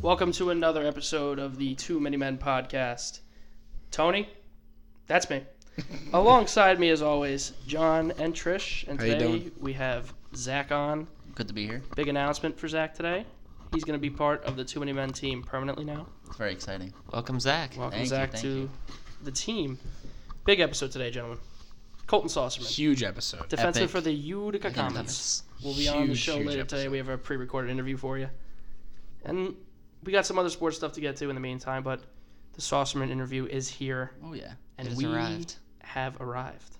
Welcome to another episode of the Too Many Men podcast. Tony, that's me. Alongside me, as always, John and Trish. And How you today doing? we have Zach on. Good to be here. Big announcement for Zach today. He's going to be part of the Too Many Men team permanently now. It's very exciting. Welcome, Zach. Welcome, Thank you, Zach, thank to you. the team. Big episode today, gentlemen. Colton Saucerman, Huge episode. defensive Epic. for the Utica Comets. will be on the Huge, show huge later today. episode. We have a pre-recorded interview for you, and we got some other sports stuff to get to in the meantime. But the Saucerman interview is here, Oh yeah. and it has we arrived. have arrived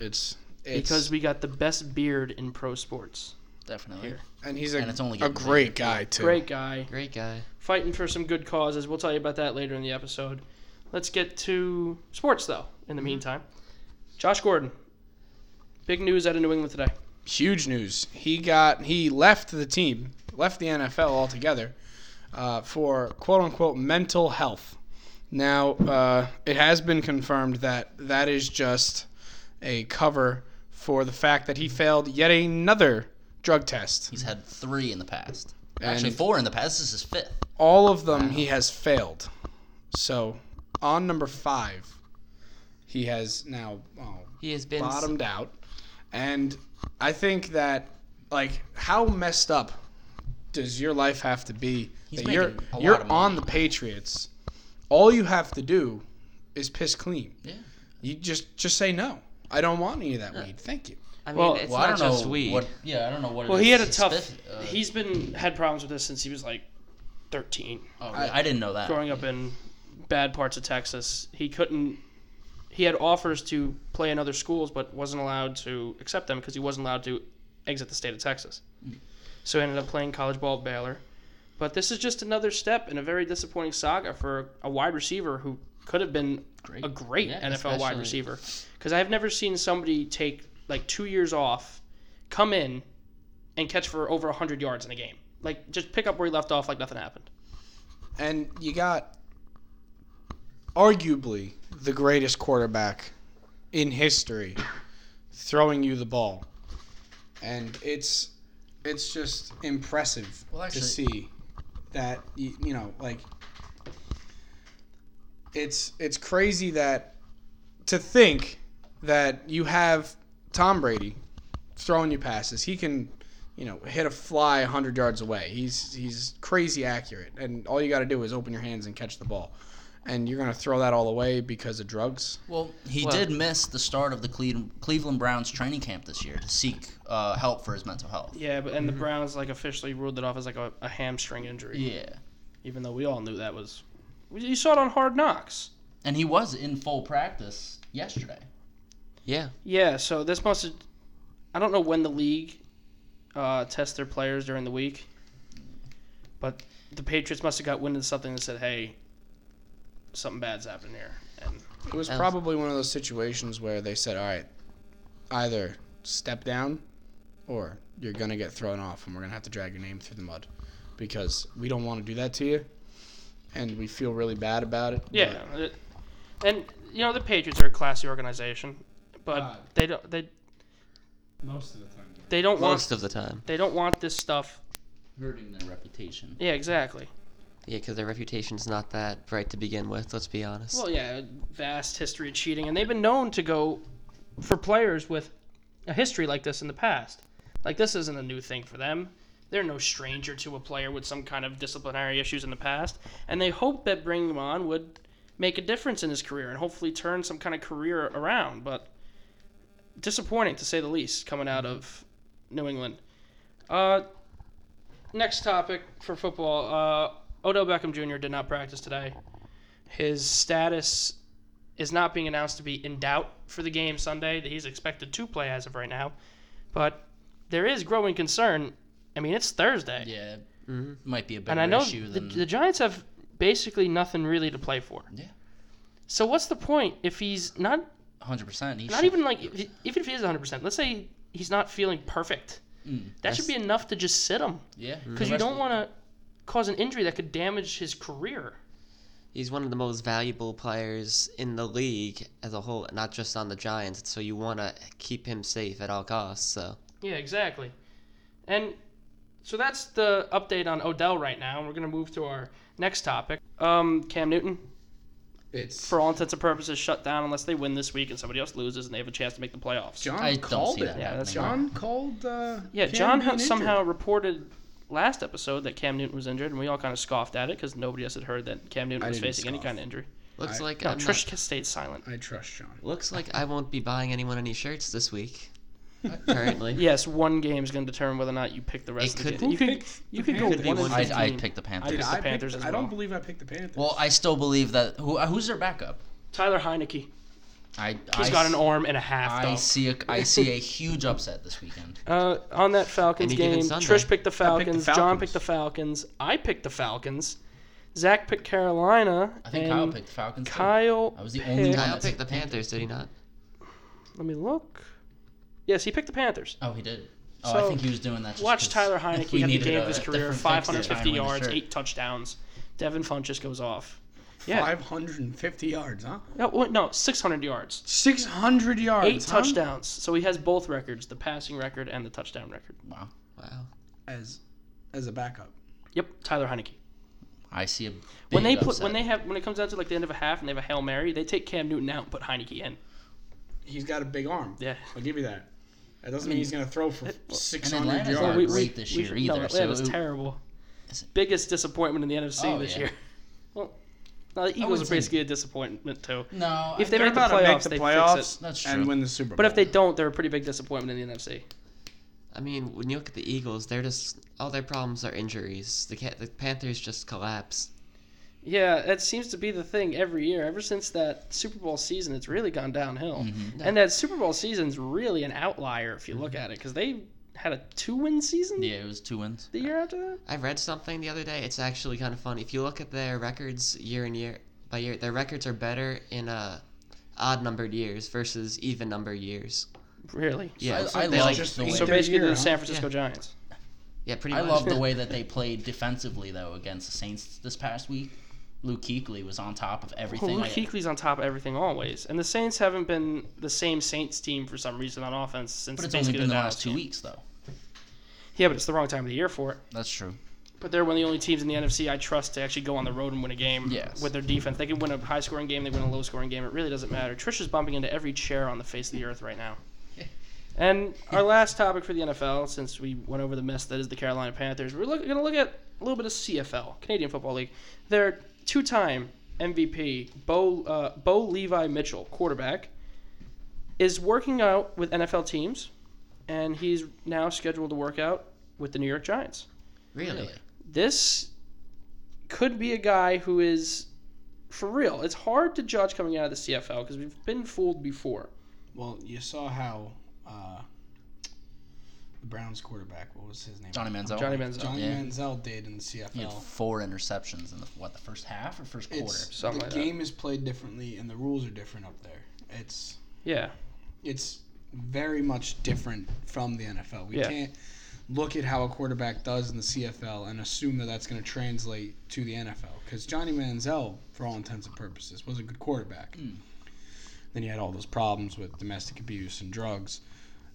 It's, it's because we got the best beard in pro sports. Definitely. Here. and he's a, and it's only a getting great guy too. Great guy, Great guy. fighting for some good causes. We'll tell you about that later in the episode. Let's get to sports though. In the meantime, Josh Gordon, big news out of New England today. Huge news. He got he left the team, left the NFL altogether uh, for quote unquote mental health. Now uh, it has been confirmed that that is just a cover for the fact that he failed yet another drug test. He's had three in the past. And- Actually, four in the past. This is his fifth. all of them he has failed. So on number five, he has now oh, He has been bottomed out, and I think that like how messed up does your life have to be He's that you're making a lot you're of on money. the Patriots? All you have to do is piss clean. Yeah. You just just say no. I don't want any of that weed. Thank you. I mean, Well, it's well, I not don't just know weed. what. Yeah, I don't know what. it Well, is. he had a His tough. fifth, uh, he's been had problems with this since he was like 13. Oh, really? I, didn't know that. growing up in bad parts of Texas, he couldn't. He had offers to play in other schools, but wasn't allowed to accept them because he wasn't allowed to exit the state of Texas. So he ended up playing college ball at Baylor. But this is just another step in a very disappointing saga for a wide receiver who could have been Great. a great Yeah, NFL wide especially- receiver. Because I've never seen somebody take like two years off, come in, and catch for over 100 yards in a game. Like, just pick up where he left off like nothing happened. and you got arguably the greatest quarterback in history throwing you the ball and it's it's just impressive Well, actually- to see that you, you know like it's it's crazy that to think that you have Tom Brady throwing you passes he can you know, hit a fly 100 yards away. He's he's crazy accurate, and all you got to do is open your hands and catch the ball, and you're gonna throw that all away because of drugs. Well, he Well- did miss the start of the Cle- Cleveland Browns training camp this year to seek uh, help for his mental health. Yeah, but and the Browns like officially ruled it off as like a, a hamstring injury, Yeah. even though we all knew that was. You saw it on Hard Knocks. And he was in full practice yesterday. Yeah, Yeah, so this must have. I don't know when the league uh, tests their players during the week, but the Patriots must have got wind of something and said, "Hey, something bad's happened here." And It was Oh. That was- probably one of those situations where they said, all right, either step down, or you're gonna get thrown off, and we're gonna have to drag your name through the mud, because we don't want to do that to you, and we feel really bad about it. yeah, it- and you know the Patriots are a classy organization, but Uh, they don't they most of the time. they don't want most of the time. they don't want this stuff. Hurting their reputation. Yeah, exactly. Yeah, because their reputation's not that bright to begin with. Let's be honest. Well, yeah, vast history of cheating, and they've been known to go for players with a history like this in the past. Like this isn't a new thing for them. They're no stranger to a player with some kind of disciplinary issues in the past, and they hope that bringing him on would make a difference in his career and hopefully turn some kind of career around. But disappointing to say the least coming out of New England. Uh, next topic for football. Uh, Odell Beckham Jr. did not practice today. His status is not being announced to be in doubt for the game Sunday. He's expected to play as of right now, but there is growing concern. I mean, it's Thursday, Yeah. Might be a Mm-hmm. bigger and I know issue the, than the Giants have basically nothing really to play for. Yeah. So what's the point if he's not 100%. He not should- even like if he- even if he is 100 percent? Let's say he's not feeling perfect. Mm. that should be enough to just sit him Yeah. because you don't want to cause an injury that could damage his career. He's one of the most valuable players in the league as a whole, not just on the Giants. So you want to keep him safe at all costs. So Yeah, exactly. And So that's the update on Odell right now. We're going to move to our next topic. Um, Cam Newton, It's for all intents and purposes, shut down unless they win this week and somebody else loses and they have a chance to make the playoffs. John I don't called see it. that Yeah, that's happening. John called. Uh, yeah, Cam John being Hunt somehow injured. reported last episode that Cam Newton was injured, and we all kind of scoffed at it because nobody else had heard that Cam Newton I was didn't facing any scoff. kind of injury. Looks I- like No, I'm not- Trish stayed silent. I trust John. looks like I won't be buying anyone any shirts this week. Apparently. Yes, one game is going to determine whether or not you pick the rest It of the could- game. You Who could picked you the could go Panthers? one I, and I fine. picked the Panthers. I picked Did the I pick- Panthers as I don't well. believe I picked the Panthers. well, I still believe that. Who, uh, who's their backup? Tyler Heineke. I, He's I got s- an arm and a half. I Though. see a, I see a huge upset this weekend. Uh, on that Falcons Any given game, Sunday. Trish picked the Falcons, John Falcons. picked the Falcons, I picked the Falcons, Zach picked Carolina, I think and Kyle picked the Falcons. too. Kyle I was the only picked- one. Kyle picked the Panthers, did he not? Let me look. Yes, he picked the Panthers. Oh, he did. Oh, So, I think he was doing that. Just Watch 'cause Tyler Heineke we have the needed game a of his career: different fix this 550 time with a yards, shirt. eight touchdowns. Devin Funch just goes off. Yeah, 550 yards, huh? no, wait, no, 600 yards, 600 yards. eight huh? touchdowns. So he has both records: the passing record and the touchdown record. Wow. Wow. As, as a backup. Yep, Tyler Heineke. I see a big When they put upset. when they have when it comes down to like the end of a half and they have a hail mary, they take Cam Newton out, and put Heineke in. He's got a big arm. Yeah. I'll give you that. That doesn't mean he's going to throw for and 600 Atlanta's yards. not we- we- great this we year should- either. No, so Atlanta's it- terrible. Is it- Biggest disappointment in the NFC Oh, this yeah. year. Well, no, the Eagles are wouldn't say- basically a disappointment too. no, If I- they They're make the about to playoffs, make the they fix playoffs it. that's true. and win the Super Bowl. But if they don't, they're a pretty big disappointment in the NFC. I mean, when you look at the Eagles, they're just all their problems are injuries. The Ca- the Panthers just collapsed. Yeah, that seems to be the thing every year. Ever since that Super Bowl season, it's really gone downhill. And that Super Bowl season's really an outlier if you look at it, because they had a two-win season yeah, it was two wins. the year after that. I read something the other day. It's actually kind of fun. If you look at their records year in year by year, their records are better in uh, odd numbered years versus even number years. Really. Yeah, I, I they love like- the eat way. So Their basically, year, the huh? San Francisco Giants. yeah, pretty I much. love the way that they played defensively though against the Saints this past week. Luke Kuechly was on top of Well, everything. Luke like- Kuechly's on top of everything always, and the Saints haven't been the same Saints team for some reason on offense since but it's only basically been the the last Dallas two game. weeks though. Yeah, but it's the wrong time of the year for it. That's true. But they're one of the only teams in the NFC I trust to actually go on the road and win a game Yes. with their defense. They can win a high scoring game, they win a low scoring game. It really doesn't matter. Trish is bumping into every chair on the face of the earth right now. and our last topic for the NFL, since we went over the mess that is the Carolina Panthers, we're look, going to look at a little bit of CFL, Canadian Football League. Their two time MVP, Bo, uh, Bo Levi Mitchell, quarterback, is working out with NFL teams, and he's now scheduled to work out with the New York Giants really. this could be a guy who is for real. It's hard to judge coming out of the CFL because we've been fooled before. Well, you saw how uh, the Browns quarterback, what was his name? Johnny Manziel. Johnny Manziel. Johnny Yeah. Manziel did in the CFL. He had four interceptions in the what the first half or first quarter. It's- Something the like that. game is played differently and the rules are different up there. It's Yeah, it's very much different from the NFL. We Yeah. can't look at how a quarterback does in the CFL and assume that that's going to translate to the NFL because Johnny Manziel, for all intents and purposes, was a good quarterback. Hmm. Then he had all those problems with domestic abuse and drugs,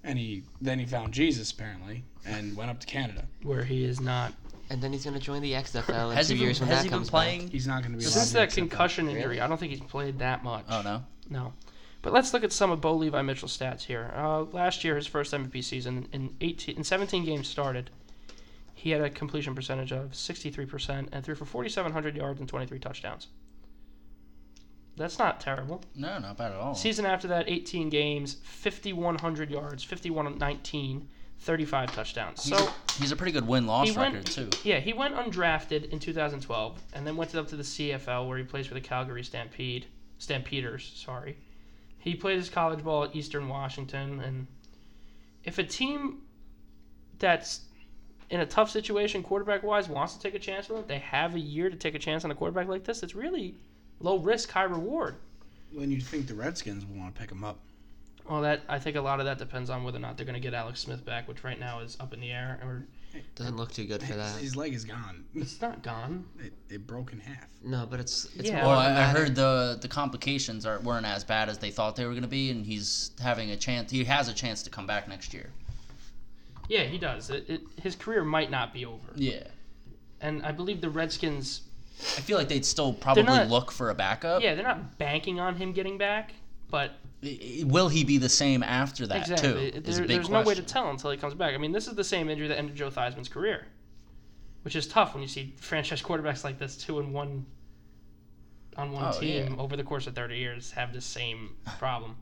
and he then he found Jesus apparently and went up to Canada. where he is not. And then he's gonna join the XFL in Has two he been, years when has that he been comes playing? He's not going to be allowed Since in that the XFL. concussion injury, I don't think he's played that much. Oh no. No. But let's look at some of Bo Levi Mitchell's stats here. Uh, last year, his first MVP season, in 18, in 17 games started, he had a completion percentage of 63% and threw for 4,700 yards and 23 touchdowns. That's not terrible. No, not bad at all. Season after that, 18 games, 5,100 yards, 51 19, 35 touchdowns. He's- So, he's a pretty good win loss He went- record too. yeah, he went undrafted in 2012 and then went up to the CFL where he plays for the Calgary Stampede, Stampeders, sorry. He played his college ball at Eastern Washington. And if a team that's in a tough situation quarterback wise wants to take a chance with him, they have a year to take a chance on a quarterback like this. It's really low risk, high reward. When you think the Redskins will want to pick him up, Well, that I think a lot of that depends on whether or not they're going to get Alex Smith back, which right now is up in the air, or Doesn't look too good for his, that. his leg is gone. it's not gone. It, it broke in half. No, but it's it's Yeah. more. Well, of a I, I matter- heard the the complications are, weren't as bad as they thought they were going to be, and he's having a chance. He has a chance to come back next year. Yeah, he does. It, it, his career might not be over. Yeah. And I believe the Redskins, I feel like they'd still probably not- look for a backup. yeah, they're not banking on him getting back, but I- I- Will he be the same after that exactly. too? There- Is a big there's question. no way to tell until he comes back. I mean, this is the same injury that ended Joe Theismann's career, which is tough when you see franchise quarterbacks like this, two and one on one Oh, team over the course of 30 years, have the same problem.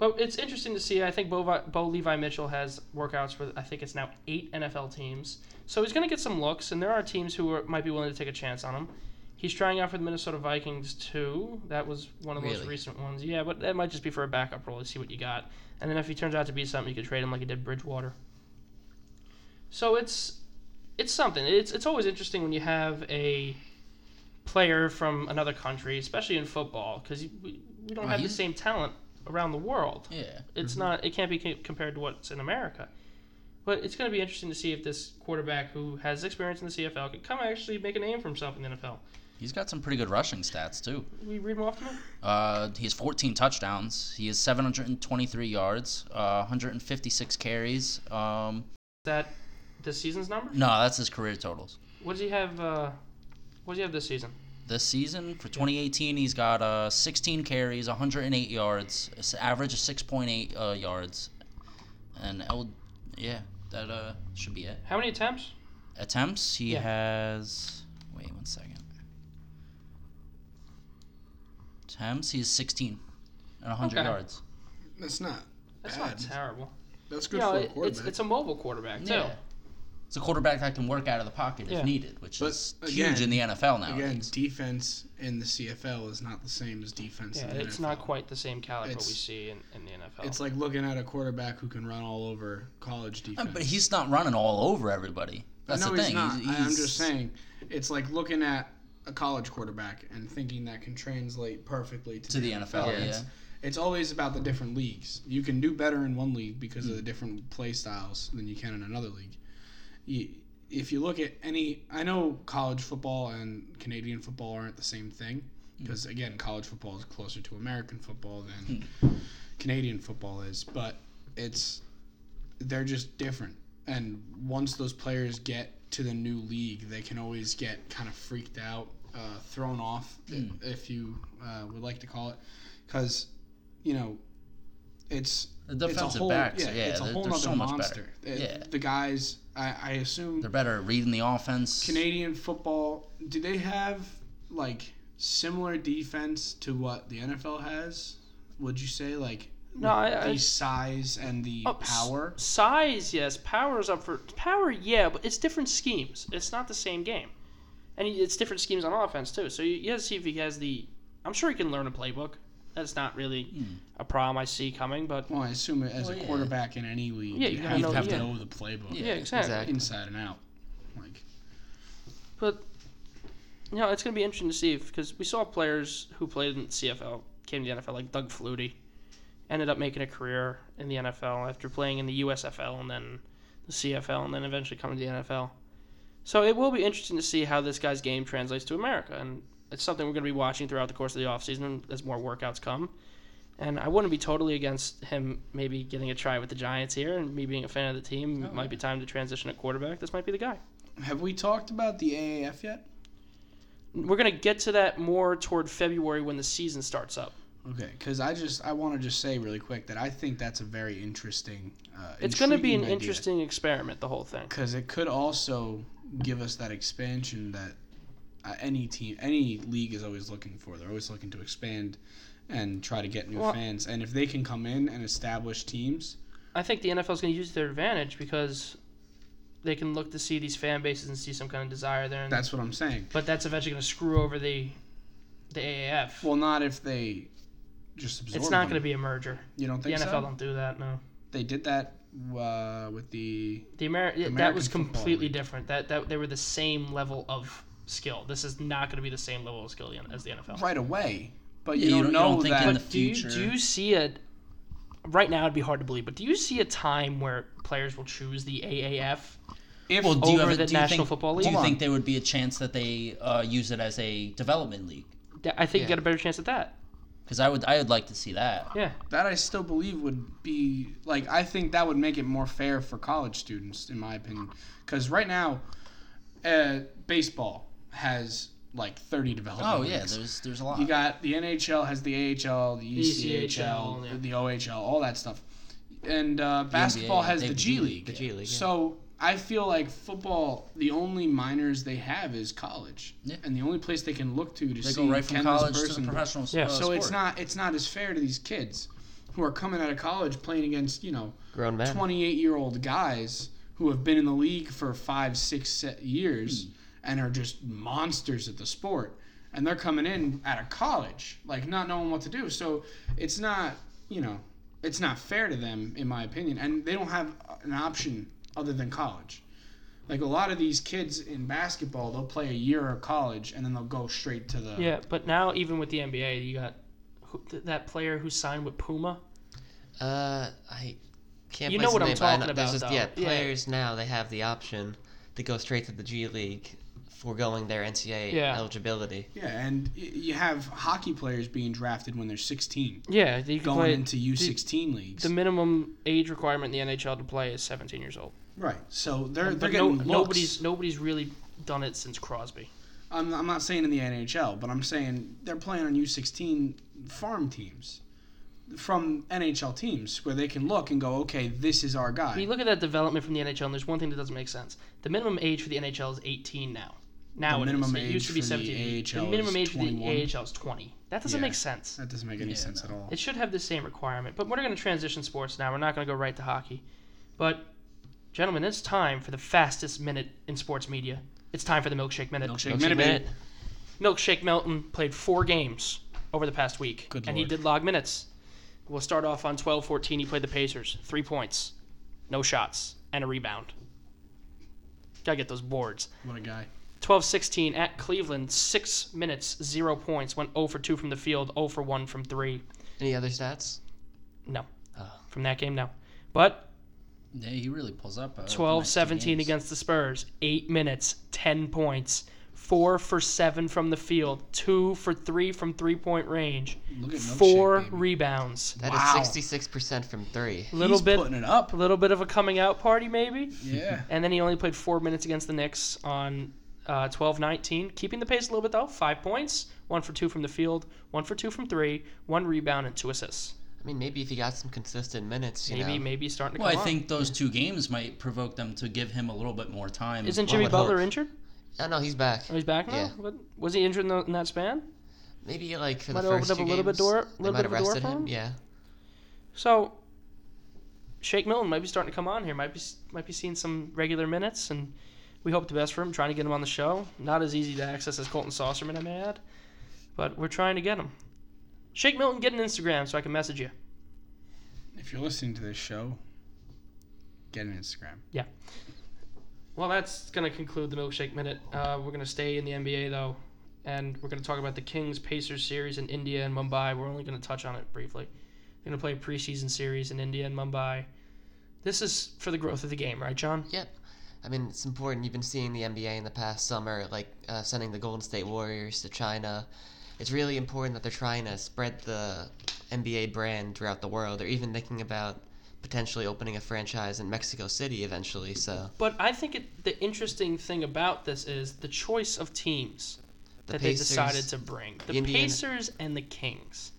But it's interesting to see. I think Bo, Bo Levi Mitchell has workouts with, I think it's now eight NFL teams. So he's going to get some looks, and there are teams who are, might be willing to take a chance on him. He's trying out for the Minnesota Vikings, too. That was one of the most Really? recent ones. Yeah, but that might just be for a backup role to see what you got. And then if he turns out to be something, you could trade him like you did Bridgewater. So it's it's something. It's it's always interesting when you have a player from another country, especially in football, because we, we don't Well, have the he's- same talent around the world. Yeah. It's not. It can't be co- compared to what's in America. But it's going to be interesting to see if this quarterback who has experience in the CFL can come actually make a name for himself in the NFL. He's got some pretty good rushing stats too. We read him off to me. Uh, he has 14 touchdowns. He has 723 yards, uh, 156 carries. Um, That this season's number. no, that's his career totals. What does he have? Uh, what does he have this season? This season for 2018, he's got uh, 16 carries, 108 yards, s- average of 6.8 uh, yards, and L- yeah, that uh, should be it. How many attempts? Attempts he Yeah. has. Wait one second. Attempts he has 16 and 100 Okay. yards. That's not. That's bad. not terrible. That's good You know, for a it- quarterback. it's it's a mobile quarterback too. Yeah. It's a quarterback that can work out of the pocket Yeah. if needed, which But is again- huge in the NFL now. Again, defense in the CFL is not the same as defense Yeah, in the it's NFL. not quite the same caliber we It's- see in, in the NFL. It's like looking at a quarterback who can run all over college defense. But he's not running all over everybody. That's no, the thing. he's not. He's- I- I'm he's- just saying, it's like looking at a college quarterback and thinking that can translate perfectly to, To the NFL, yeah. It's, it's always about the different leagues. You can do better in one league because Mm. of the different play styles than you can in another league. You, if you look at any, I know college football and Canadian football aren't the same thing Mm. because again, college football is closer to American football than Hmm. Canadian football is, but it's they're just different. And once those players get to the new league, they can always get kind of freaked out, uh, thrown off, i- Hmm. if you uh, would like to call it, because you know it's The it's a defensive whole, backs, yeah, yeah, it's a they're- whole they're nother so much monster. better. Uh, Yeah. the guys, I, I assume They're better at reading the offense. Canadian football. Do they have like similar defense to what the NFL has? Would you say like no, I, the I, size and the Oh, s- power? size, yes. Power is up for power, yeah, but it's different schemes. It's not the same game, and he- it's different schemes on offense too. So you, you gotta see if he has the. I'm sure he can learn a playbook. That's not really a problem I see coming, but Well, I assume as Well, a yeah. quarterback in any league, Yeah, you, you gotta have, know- to yeah. know the playbook yeah, exactly. Exactly. inside and out. Like But you know, it's gonna be interesting to see because we saw players who played in the CFL came to the NFL, like Doug Flutie, ended up making a career in the NFL after playing in the USFL and then the CFL and then eventually coming to the NFL. So it will be interesting to see how this guy's game translates to America, and it's something we're gonna be watching throughout the course of the offseason as more workouts come. And I wouldn't be totally against him maybe getting a try with the Giants here, and me being a fan of the team, it might be time to transition at quarterback. This might be the guy. Have we talked about the AAF yet? We're gonna get to that more toward February when the season starts up. Okay, because I just I want to just say really quick that I think that's a very interesting. Uh, It's gonna be an interesting experiment, the whole thing. because it could also give us that expansion that uh, any team, any league is always looking for. They're always looking to expand and try to get new Well- fans. And if they can come in and establish teams, I think the NFL's gonna use their advantage because they can look to see these fan bases and see some kind of desire there. And, that's what I'm saying. but that's eventually gonna screw over the the AAF. Well, not if they just absorb. it's not them. gonna be a merger. You don't The think NFL so? don't do that. No, They did that uh, with the the Ameri- yeah, that American was Football completely League. different. That that they were the same level of skill. This is not gonna be the same level of skill as the NFL. right away, but Yeah, you, don't, know think that. in the Do you, future. do you see a right now it'd be hard to believe, but do you see a time where players will choose the AAF? if well, do you over have a- the do you National think, Football Do League? you Hold think there would be a chance that they uh, use it as a development league? Th- I think you Yeah. got a better chance at that. Oh. Because I would I would like to see that. Yeah. That I still believe would be like I think that would make it more fair for college students, in my opinion, because right now, uh, baseball has like thirty development. Oh yeah, leagues. there's there's a lot. You got the NHL has the AHL, E the E ECHL, ECHL, yeah. the OHL, all that stuff, and uh, basketball NBA, has they- the G League. The G League. yeah. So I feel like football, the only minors they have is college, Yeah. and the only place they can look to to they see go right from can college this to person. the professional. s- Yeah. uh, so it's sport. not it's not as fair to these kids who are coming out of college playing against you know grown men. 28 year old guys who have been in the league for five six se- years and are just monsters at the sport and they're coming in out of college like not knowing what to do so it's not you know it's not fair to them in my opinion and they don't have an option other than college like a lot of these kids in basketball they'll play a year of college and then they'll go straight to the Yeah, but now even with the NBA, you got who, th- that player who signed with Puma. Uh, I can't. You place know what the I'm name, but I talking know- there's about, just- yeah, though. Yeah. players now they have the option to go straight to the G League, foregoing their NCAA Yeah. eligibility. yeah and y- you have hockey players being drafted when they're 16 Yeah, you can going play. into U16 leagues the minimum age requirement in the NHL to play is 17 years old. Right. So they're they're But getting no- looks. nobody's nobody's really done it since Crosby. I'm, I'm not saying in the NHL, but I'm saying they're playing on U16 farm teams from NHL teams where they can look and go, okay, this is our guy. You look at that development from the NHL, and there's one thing that doesn't make sense. The minimum age for the NHL is 18 now. Now it, is. minimum It used age to be for the 17. AHL is minimum age for 21. the AHL is 20. That doesn't Yeah. make sense. that doesn't make any Yeah, sense at all. It should have the same requirement. But we're going to transition sports now. We're not going to go right to hockey. But, gentlemen, it's time for the fastest minute in sports media. It's time for the milkshake minute. Milkshake, Milkshake Minute Minute. Maid. Milkshake Melton played four games over the past week, Good and he lord. did log minutes. We'll start off on 12-14. He played the Pacers. Three points, no shots, and a rebound. Gotta get those boards. What a guy. 12-16 at Cleveland. Six minutes, zero points. Went 0 for 2 from the field, 0 for 1 from three. Any other stats? No, Oh. from that game, no. But Yeah, he really pulls up. uh, the next two 12-17 games. against the Spurs. Eight minutes, 10 points. Four for seven from the field. Two for three from three-point range. Look at milkshake, four baby. rebounds. That Wow. is sixty-six percent from three. Little He's bit, putting it up. little bit of a coming out party maybe. Yeah. And then he only played four minutes against the Knicks on uh, 12-19, keeping the pace a little bit though. Five points, one for two from the field, one for two from three, one rebound and two assists. I mean, maybe if he got some consistent minutes, you Maybe, know. maybe starting to Well, I come on. think those two games might provoke them to give him a little bit more time. Isn't One Jimmy would Butler hope. injured? Oh no, he's back. Oh, he's back now. Yeah. What, was he injured in, the, in that span? Maybe like for Might the have first opened up two a little bit games, door- they little might bit have of a door rested for him. him? Yeah. So, Shake Milton might be starting to come on here. Might be might be seeing some regular minutes, and we hope the best for him. Trying to get him on the show. Not as easy to access as Colton Saucerman, I may add, but we're trying to get him. Shake Milton, get an Instagram so I can message you. If you're listening to this show, get an Instagram. Well, that's gonna conclude the milkshake minute. Uh, we're gonna stay in the NBA though, and we're gonna talk about the Kings Pacers series in India and Mumbai. We're only gonna touch on it briefly. They're gonna play a preseason series in India and Mumbai. This is for the growth of the game, right, John? Yep. I mean, it's important. You've been seeing the NBA in the past summer, like uh, sending the Golden State Warriors to China. It's really important that they're trying to spread the NBA brand throughout the world. They're even thinking about potentially opening a franchise in Mexico City eventually. So But I think it, the interesting thing about this is the choice of teams the that Pacers, they decided to bring. The the Indiana- Pacers and the Kings.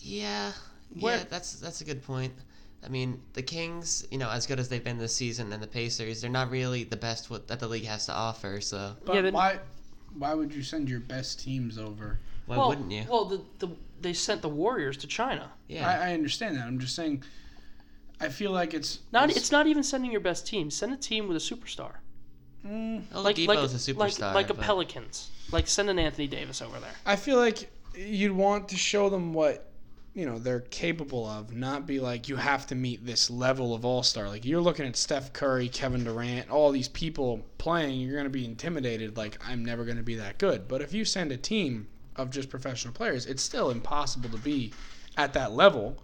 Yeah, yeah, Where- that's that's a good point. I mean, the Kings, you know, as good as they've been this season, and the Pacers, they're not really the best what, that the league has to offer. So But, Yeah, but- why why would you send your best teams over? why well, wouldn't you? Well, the, the, they sent the Warriors to China. yeah. I, I understand that. I'm just saying I feel like it's Not it's not even sending your best team. Send a team with a superstar. mm, Like like Oladipo's a like superstar. like a but- Pelicans. Like send an Anthony Davis over there. I feel like you'd want to show them what you know they're capable of, not be like you have to meet this level of all star. Like you're looking at Steph Curry, Kevin Durant, all these people playing, you're gonna be intimidated. Like I'm never gonna be that good. But if you send a team of just professional players, it's still impossible to be at that level.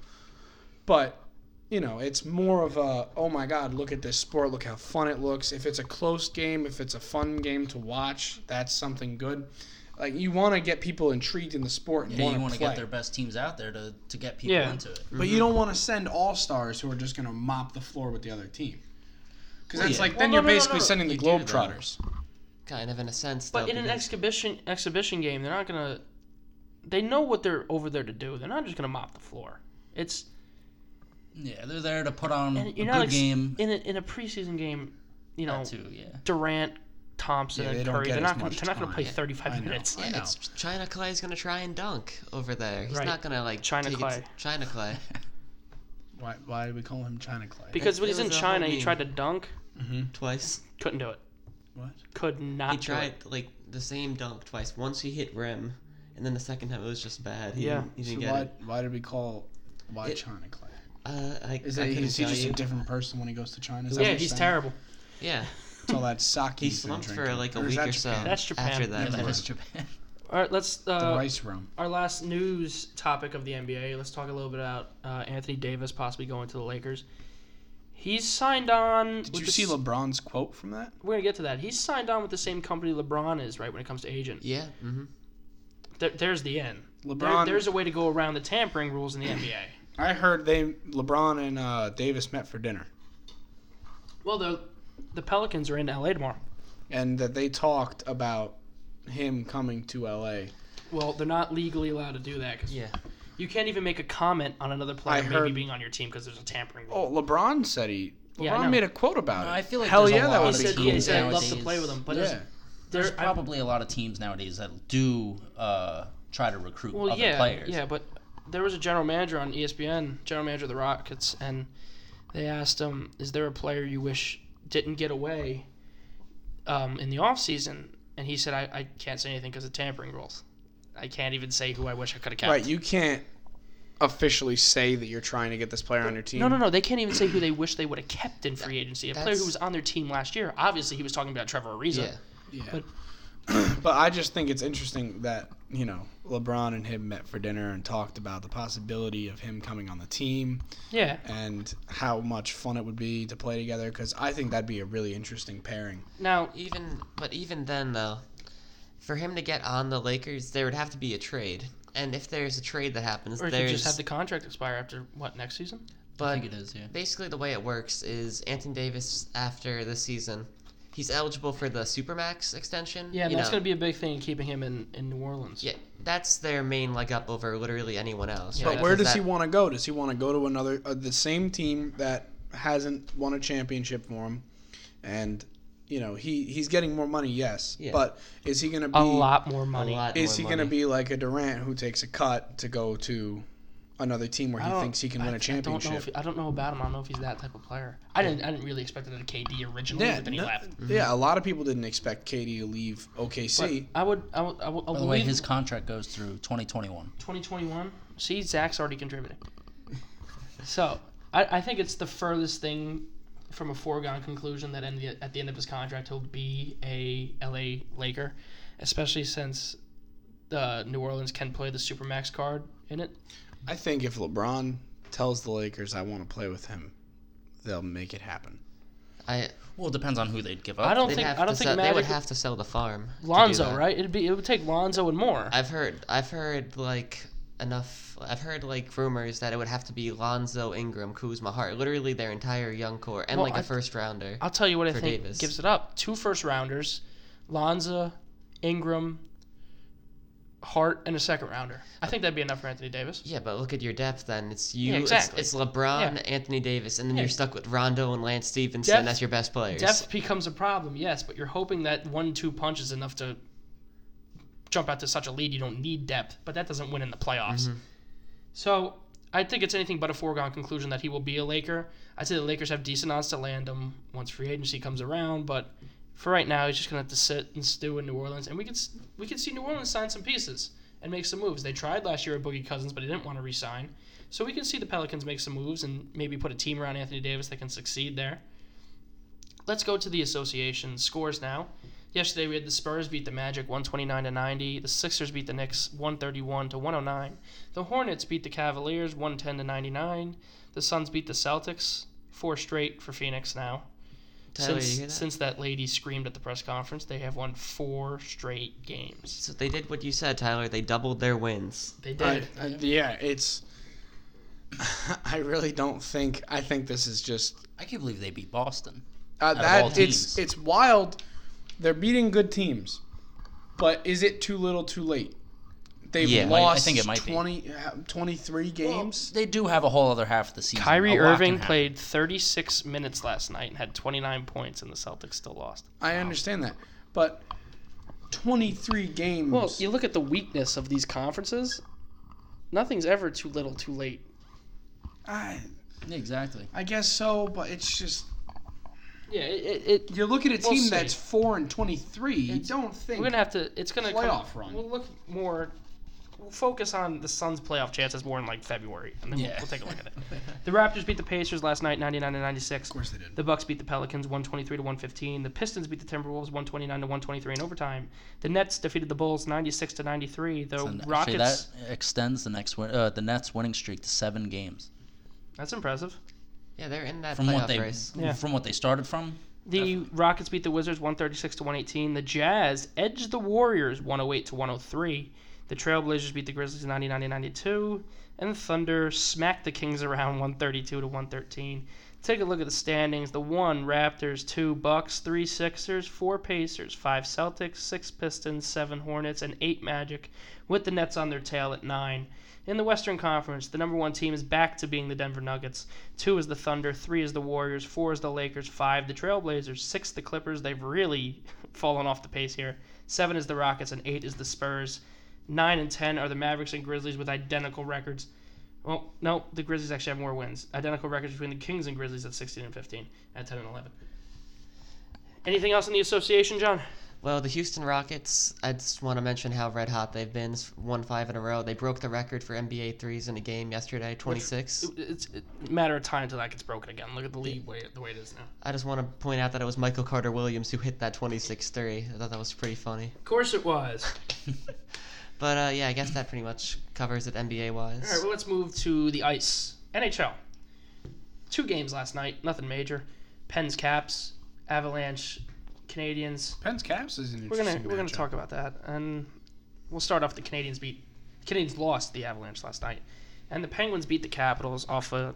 But you know, it's more of a oh my god, look at this sport, look how fun it looks. If it's a close game, if it's a fun game to watch, that's something good Like you want to get people intrigued in the sport and Yeah, you want want to to play, get their best teams out there to, to get people Yeah. into it. but Mm-hmm. you don't want to send all stars who are just going to mop the floor with the other team. Because Well, that's yeah. like Well, then no, you're no, no, basically no. sending the You do that. Globetrotters. kind of in a sense. But though, in an because- exhibition exhibition game, they're not gonna. They know what they're over there to do. They're not just gonna mop the floor. It's Yeah, they're there to put on a and good you're not ex- game. in a, in a preseason game. You know, That too, yeah. Durant, Thompson, Yeah, they and don't Curry. get They're as not gonna, much they're not gonna play time. 35 I know. minutes. I Yeah, know. it's China Clay's gonna try and dunk over there. He's Right. not gonna like China take it to- Clay. China Clay. Why, why do we call him China Clay? Because when It he's in was a China, whole he meme. tried to dunk, twice. couldn't do it. what? Could not. He do tried it. like the same dunk twice. Once he hit rim, and then the second time it was just bad. He Yeah. Didn't, he So didn't get why, it. why did we call why It- China Clay? Uh, I, Is I that couldn't is he tell just you. a different person when he goes to China? Is that Yeah, what he's you're saying? terrible. Yeah. It's all that sake He he's been slumped for drinking. like a Or is week that or so Japan? That's Japan. after Yeah, that. that Right. is Japan. All right, let's. Uh, The rice rum. Our last news topic of the NBA. Let's talk a little bit about uh, Anthony Davis possibly going to the Lakers. He's signed on. Did with you the see s- LeBron's quote from that? We're gonna get to that. He's signed on with the same company LeBron is, right? When it comes to agent, Yeah. Mm-hmm. there, there's the end. There- LeBron. there's a way to go around the tampering rules in the NBA. I heard they LeBron and uh, Davis met for dinner, Well, the the Pelicans are in LA tomorrow. and that they talked about him coming to LA. Well, they're not legally allowed to do that because Yeah. you can't even make a comment on another player I maybe heard- being on your team because there's a tampering rule. Oh, LeBron said he. LeBron Yeah, I know. made a quote about No, it. I feel like hell there's a yeah, that lot he would of be said, Oh, cool. yeah, he said I'd love to nowadays. play with him, but yeah. there's, There's I- probably a lot of teams nowadays that do uh, try to recruit Well, other yeah, players. yeah, but there was a general manager on E ESPN, general manager of the Rockets, and they asked him, "Is there a player you wish didn't get away um, in the offseason? And he said, "I, I can't say anything because of tampering rules. I can't even say who I wish I could have kept." Right, you can't officially say that you're trying to get this player on your team. no, no, no. They can't even say who they wish they would have kept in free agency. A player who That's- was on their team last year. Obviously, he was talking about Trevor Ariza. Yeah. Yeah. But- But, I just think it's interesting that, you know, LeBron and him met for dinner and talked about the possibility of him coming on the team Yeah. and how much fun it would be to play together because I think that'd be a really interesting pairing. Now, Even but even then though, for him to get on the Lakers, there would have to be a trade. And if there's a trade that happens, or you could there's just have the contract expire after what next season? but I think it is. Yeah. Basically, the way it works is Anthony Davis after this season, he's eligible for the supermax extension. Yeah, and you that's know. going to be a big thing in keeping him in, in New Orleans. Yeah, that's their main leg up over literally anyone else. But right? where Because does he that- want to go? Does he want to go to another, uh, the same team that hasn't won a championship for him? And, you know, he, he's getting more money, yes. Yeah. But is he going to be. a lot more a money. lot Is more he going to money. be like a Durant who takes a cut to go to another team where I he don't- thinks he can win a I don't championship? know. If, I don't know about him. I don't know if he's that type of player. I didn't. I didn't really expect it out of KD originally, Yeah, but then he no- left. yeah. A lot of people didn't expect Katie to leave But OKC. I would. I would. I would. I By would the way, believe his contract goes through 2021. 2021. See, Zach's already contributing. So I, I think it's the furthest thing from a foregone conclusion that in the, at the end of his contract he'll be a LA Laker, especially since uh, New Orleans can play the supermax card in it. I think if LeBron tells the Lakers I want to play with him, they'll make it happen. I, Well, it depends on who they'd give up. I don't they'd think. have I don't to think sell, they Magic. would have to sell the farm. to do Lonzo, that. right? It'd be. It would take Lonzo and more. I've heard. I've heard like enough. I've heard like rumors that it would have to be Lonzo, Ingram, Kuzma, Hart, literally their entire young core, and Well, like a I- first rounder. I'll tell you what I for think Davis. gives it up. Two first rounders, Lonza, Ingram, Hart, and a second rounder. I think that'd be enough for Anthony Davis. Yeah, but look at your depth then. It's you, exactly. it's, it's LeBron, Yeah. Anthony Davis, and then Yeah. you're stuck with Rondo and Lance Stevenson Depth- as your best players. Depth becomes a problem, yes, but you're hoping that one two punch is enough to jump out to such a lead you don't need depth, but that doesn't win in the playoffs. So I think it's anything but a foregone conclusion that he will be a Laker. I'd say the Lakers have decent odds to land him once free agency comes around, but for right now, he's just gonna have to sit and stew in New Orleans, and we could s- we could see New Orleans sign some pieces and make some moves. They tried last year with Boogie Cousins, but he didn't want to resign. So we can see the Pelicans make some moves and maybe put a team around Anthony Davis that can succeed there. Let's go to the association scores now. Yesterday we had the Spurs beat the Magic 129 to 90. The Sixers beat the Knicks 131 to 109. The Hornets beat the Cavaliers 110 to 99. The Suns beat the Celtics four straight for Phoenix now. Tyler, you since hear that? since that lady screamed at the press conference, they have won four straight games. So they did what you said, Tyler. They doubled their wins. They I, did. I, uh, yeah, it's. I really don't think. I think this is just I can't believe they beat Boston. uh, of all that teams. it's it's wild. They're beating good teams, but is it too little, too late? They've Yeah, it might- I lost think it might be. 20, uh, 23 games. They do have a whole other half of the season. Kyrie A lot can Irving happen. played 36 minutes last night and had 29 points, and the Celtics still lost. I understand that, but twenty three games. Well, you look at the weakness of these conferences. Nothing's ever too little, too late. I Exactly. I guess so, but it's just Yeah, it. it, you look at a We'll team see. that's four and twenty three. You don't think we're gonna have to. It's gonna Playoff come, run. We'll look more. We'll focus on the Suns' playoff chances more in like February, and then we'll- Yeah. we'll take a look at it. The Raptors beat the Pacers last night, 99 to 96. course they did. The Bucks beat the Pelicans 123 to 115. The Pistons beat the Timberwolves 129 to 123 in overtime. The Nets defeated the Bulls 96 to 93. The And Rockets. actually, that extends the next win, uh, the Nets winning streak to seven games That's impressive. Yeah, they're in that from playoff what they race. Yeah. from what they started from. The Definitely. Rockets beat the Wizards 136 to 118. The Jazz edged the Warriors 108 to 103. The Trailblazers beat the Grizzlies 99 to 92. And the Thunder smacked the Kings around 132 to 113. Take a look at the standings. The one Raptors, two Bucks, three Sixers, four Pacers, five Celtics, six Pistons, seven Hornets, and eight Magic, with the Nets on their tail at nine. In the Western Conference, the number one team is back to being the Denver Nuggets. Two is the Thunder, three is the Warriors, four is the Lakers, five the Trailblazers, six the Clippers. They've really fallen off the pace here. Seven is the Rockets, and eight is the Spurs. Nine and ten are the Mavericks and Grizzlies with identical records. Well, no, the Grizzlies actually have more wins. Identical records between the Kings and Grizzlies at 16 and 15, at 10 and 11. Anything else in the association, John? Well, the Houston Rockets, I just want to mention how red hot they've been. It's Won five in a row. They broke the record for NBA threes in a game yesterday, 26. It- It's a matter of time until that gets broken again. Look at the league way, the way it is now. I just want to point out that it was Michael Carter Williams who hit that 26 three. I thought that was pretty funny. Of course it was. But uh, yeah, I guess that pretty much covers it NBA All right, wise. well, let's move to the ice. NHL. Two games last night, nothing major. Pens, Caps, Avalanche, Canadians. Penn's Caps is an We're gonna interesting. we're gonna matchup. talk about that, and we'll start off the Canadians beat. The Canadians lost the Avalanche last night, and the Penguins beat the Capitals off a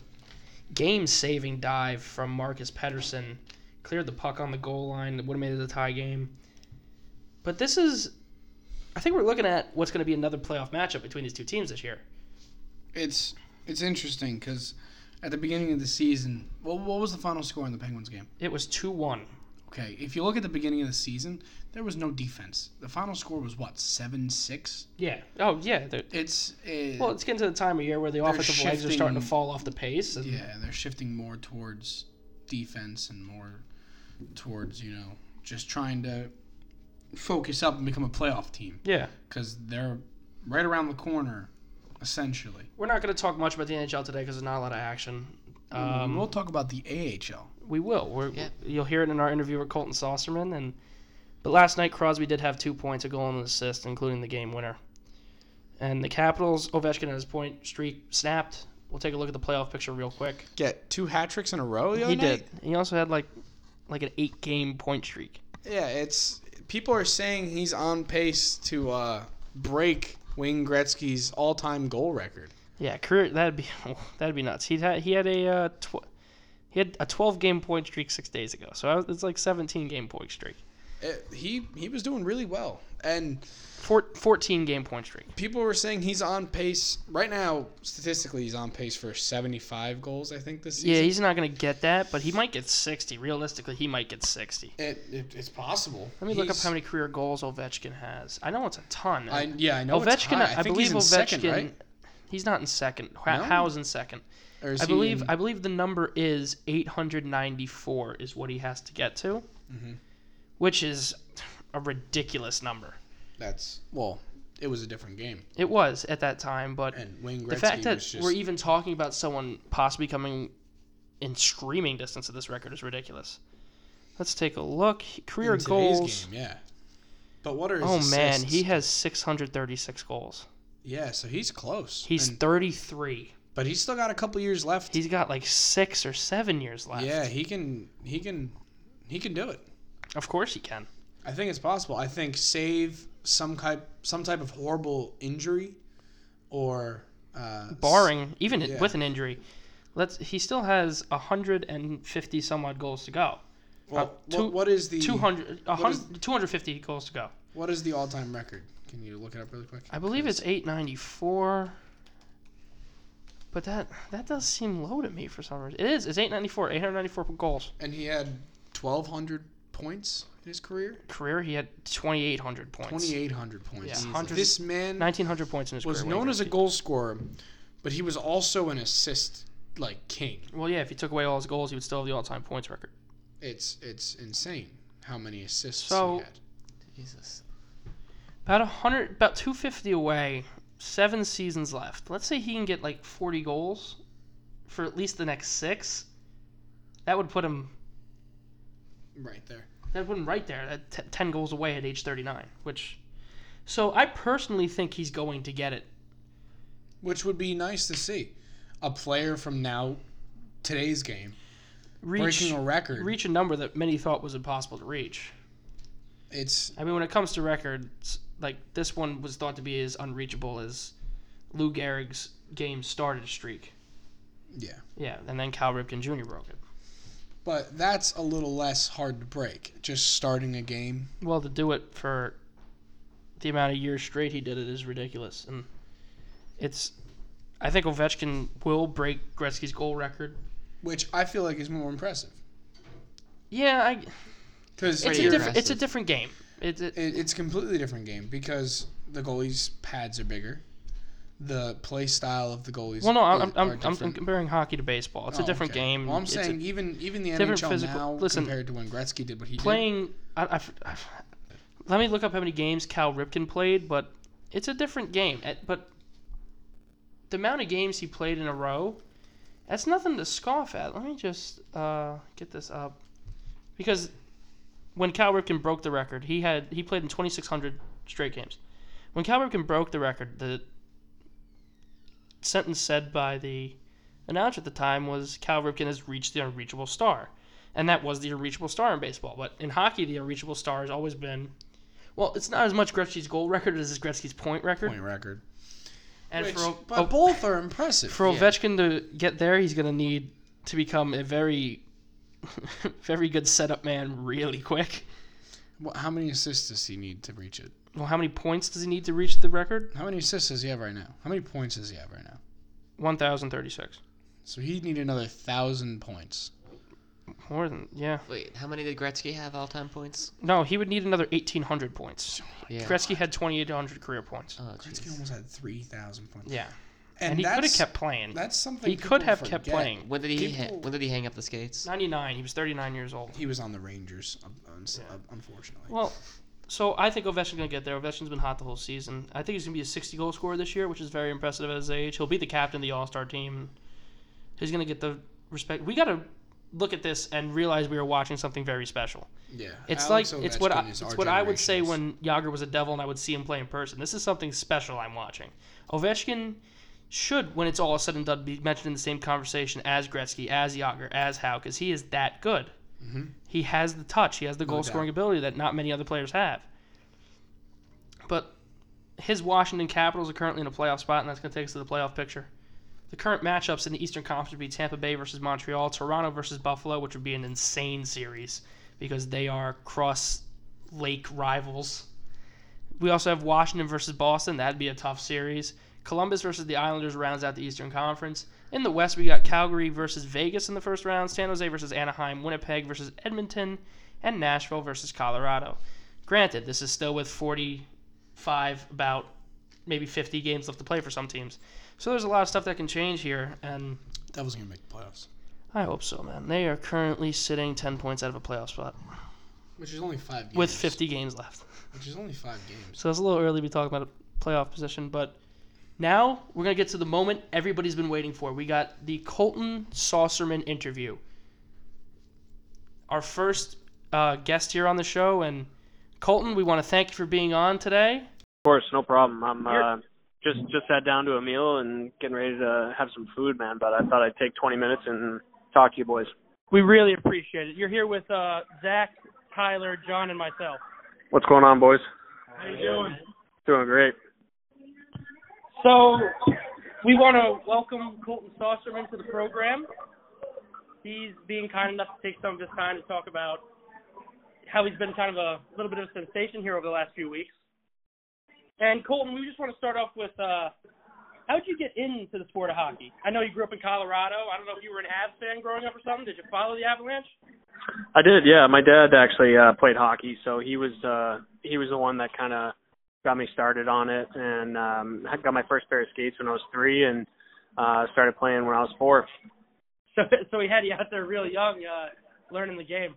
game-saving dive from Marcus Pedersen. Cleared the puck on the goal line that would have made it a tie game. But this is, I think we're looking at what's going to be another playoff matchup between these two teams this year. It's it's interesting because at the beginning of the season, well, what was the final score in the Penguins game? It was two-one. Okay, if you look at the beginning of the season, there was no defense. The final score was what seven six. Yeah. Oh yeah. they're- It's uh, Well, it's getting to the time of year where the offensive legs are starting to shifting- fall off the pace. And yeah, they're shifting more towards defense and more towards you know just trying to focus up and become a playoff team yeah. because they're right around the corner, essentially. We're not going to talk much about the NHL today because there's not a lot of action. Um, Um, we'll talk about the AHL. We will. We're, Yeah. You'll hear it in our interview with Colton Saucerman. And but last night Crosby did have two points, a goal and an assist, including the game winner. And the Capitals, Ovechkin and his point streak snapped. We'll take a look at the playoff picture real quick. Get two hat tricks in a row. The other he night? did. He also had like like an eight game point streak. Yeah, it's people are saying he's on pace to uh, break Wayne Gretzky's all-time goal record. Yeah, career that'd be that'd be nuts. He had he had a uh, tw- he had a 12 game point streak six days ago. So I was- it's like 17 game point streak, It, Eh, he he was doing really well, and Four, 14 game point streak. people were saying he's on pace right now. Statistically, he's on pace for 75 goals. I think this Yeah, season. he's not gonna get that, but he might get 60. Realistically, he might get 60. Yeah, it, it, it's possible. Let me look up He's- how many career goals Ovechkin has. I know it's a ton. I, yeah, I know. Ovechkin, it's Ovechkin, high. I, I, think he's believe in Ovechkin. second, right? He's not in second. Ho- No? Howe's in second. Or is I he believe in- I believe the number is 894 is what he has to get to, Mm-hmm. which is a ridiculous number. that's well. It was a different game, It was at that time, but and Wayne Gretzky the fact that was just. we're even talking about someone possibly coming in screaming distance of this record is ridiculous. Let's take a look. Career in today's goals. game, yeah. But what are his Oh man, assists? he has 636 goals. yeah, so he's close. He's And- 33. but he's still got a couple years left. He's got like six or seven years left. Yeah, he can he can He can do it. Of course he can. I think it's possible. I think save some type some type of horrible injury, or uh, s- Barring even Yeah. with an injury, let's. He still has hundred and fifty some odd goals to go. well, uh, what- two- what is the 200, a what is- hun- 250 goals to go. what is the all time record? Can you look it up really quick? I believe it's 894. But that that does seem low to me for some reason. It is. It's 894. 894 goals. And he had twelve hundred points in his career. Career, he had 2,800 points. Twenty eight hundred points. Yeah, 100 This man 1,900 points in his was career. when known he as a goal scorer, but he was also an assist like king. Well, yeah, if he took away all his goals, he would still have the all-time points record. It's it's insane how many assists So- he had. Jesus. About 100, about 250 away, seven seasons left. Let's say he can get like 40 goals for at least the next six. That would put him. Right there. That would put him right there. At t- 10 goals away at age 39, which. So I personally think he's going to get it. Which would be nice to see. A player from now today's game Reach, breaking a record. reach a number that many thought was impossible to reach. It's I mean, when it comes to records, like this one was thought to be as unreachable as Lou Gehrig's game started streak. yeah. Yeah, and then Cal Ripken Jr. broke it. But that's a little less hard to break. Just starting a game. Well, to do it for the amount of years straight he did it is ridiculous, and it's. I think Ovechkin will break Gretzky's goal record. Which I feel like is more impressive. Yeah, I, Because it's Pretty a it, different. It's a aggressive. different game. It, it, it's a completely different game because the goalies' pads are bigger. The play style of the goalies. well, no, are- I'm, I'm, are I'm, I'm different. comparing hockey to baseball. It's Oh, a different okay. game. Well, I'm It's a- saying even even the different NHL physical- now listen, compared to when Gretzky did what he playing. I, I f- I f- let me look up how many games Cal Ripken played, but it's a different game. At- But the amount of games he played in a row, that's nothing to scoff at. Let me just uh, get this up because when Cal Ripken broke the record, he had he played in 2,600 straight games. When Cal Ripken broke the record, the sentence said by the announcer at the time was Cal Ripken has reached the unreachable star and that was the unreachable star in baseball. But in hockey, the unreachable star has always been, well, it's not as much Gretzky's goal record as it's Gretzky's point did. record. Point record. And Which- for, O- but O- both are impressive. for Ovechkin to get there, he's going to need to become a very, very good setup man really quick. Wha- How many assists does he need to reach it? Well, how many points does he need to reach the record? How many assists does he have right now? How many points does he have right now? 1,036. So he'd need another thousand points. More than, yeah. Wait, how many did Gretzky have all time points? No, he would need another 1,800 points. Yeah. Gretzky had 2,800 career points. oh, Gretzky jeez. almost had three thousand points. Yeah. And, he could have that's- kept playing. That's something He could people have kept forget. playing. When did he ha- People- when did he hang up the skates? 99. He was 39 years old. He was on the Rangers, un- un- unfortunately. Well, so I think Ovechkin's gonna get there. Ovechkin's been hot the whole season. I think he's gonna be a 60 goal scorer this year, which is very impressive at his age. He'll be the captain of the All Star team. He's gonna get the respect. We gotta look at this and realize we are watching something very special. yeah, It's Alex like it's what I, Ovechkin is it's our what I would say generation's- when Yager was a devil and I would see him play in person. This is something special I'm watching. Ovechkin should, when it's all said and done, be mentioned in the same conversation as Gretzky, as Yager, as Howe, because he is that good. He has the touch. He has the goal scoring ability that not many other players have. But his Washington Capitals are currently in a playoff spot, and that's going to take us to the playoff picture. The current matchups in the Eastern Conference would be Tampa Bay versus Montreal, Toronto versus Buffalo, which would be an insane series because they are cross lake rivals. We also have Washington versus Boston. That'd be a tough series. Columbus versus the Islanders rounds out the Eastern Conference. In the West, we got Calgary versus Vegas in the first round, San Jose versus Anaheim, Winnipeg versus Edmonton, and Nashville versus Colorado. Granted, this is still with 45, about maybe 50 games left to play for some teams. So there's a lot of stuff that can change here, and Devils gonna make the playoffs, I hope so, man. They are currently sitting 10 points out of a playoff spot which is only five games. with 50 games left. which is only five games. So it's a little early to be talking about a playoff position, but now we're gonna get to the moment everybody's been waiting for. We got the Colton Saucerman interview. Our first uh, guest here on the show, and Colton, we want to thank you for being on today. Of course, no problem. I'm uh, just just sat down to a meal and getting ready to have some food, man. But I thought I'd take 20 minutes and talk to you boys. We really appreciate it. You're here with uh, Zach, Tyler, John, and myself. What's going on, boys? How you doing? Doing great. So we want to welcome Colton Saucerman to the program. He's being kind enough to take some of his time to talk about how he's been kind of a little bit of a sensation here over the last few weeks. And Colton, we just want to start off with uh, how did you get into the sport of hockey? I know you grew up in Colorado. I don't know if you were an Avs fan growing up or something. Did you follow the Avalanche? I did, yeah. My dad actually uh played hockey, so he was uh he was the one that kind of got me started on it and um I got my first pair of skates when I was 3 and uh started playing when I was 4. So, so he had you out there real young, uh, learning the game.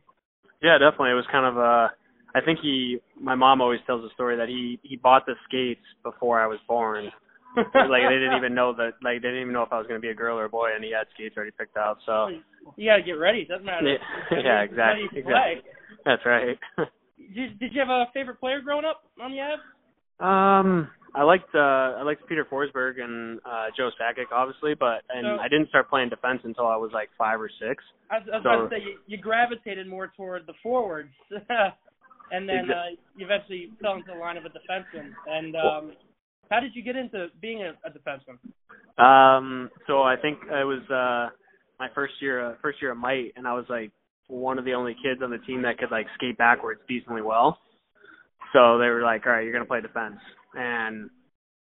Yeah, definitely. It was kind of uh I think he my mom always tells the story that he he bought the skates before I was born. like they didn't even know that like they didn't even know if I was going to be a girl or a boy and he had skates already picked out. So Oh, You gotta get ready. It doesn't matter. Yeah, yeah, exactly, It's how you play. that's right. Did, did you have a favorite player growing up on the Avs? um I liked uh I liked Peter Forsberg and uh Joe Sakic obviously, but and So- I didn't start playing defense until I was like 5 or 6. I was, I was about to say you, you gravitated more toward the forwards, and then uh, you eventually fell into the line of a defenseman. And um, how did you get into being a, a defenseman? Um, so I think it was uh my first year uh, first year at Mite, and I was like one of the only kids on the team that could like skate backwards decently well. So they were like, "All right, you're gonna play defense," and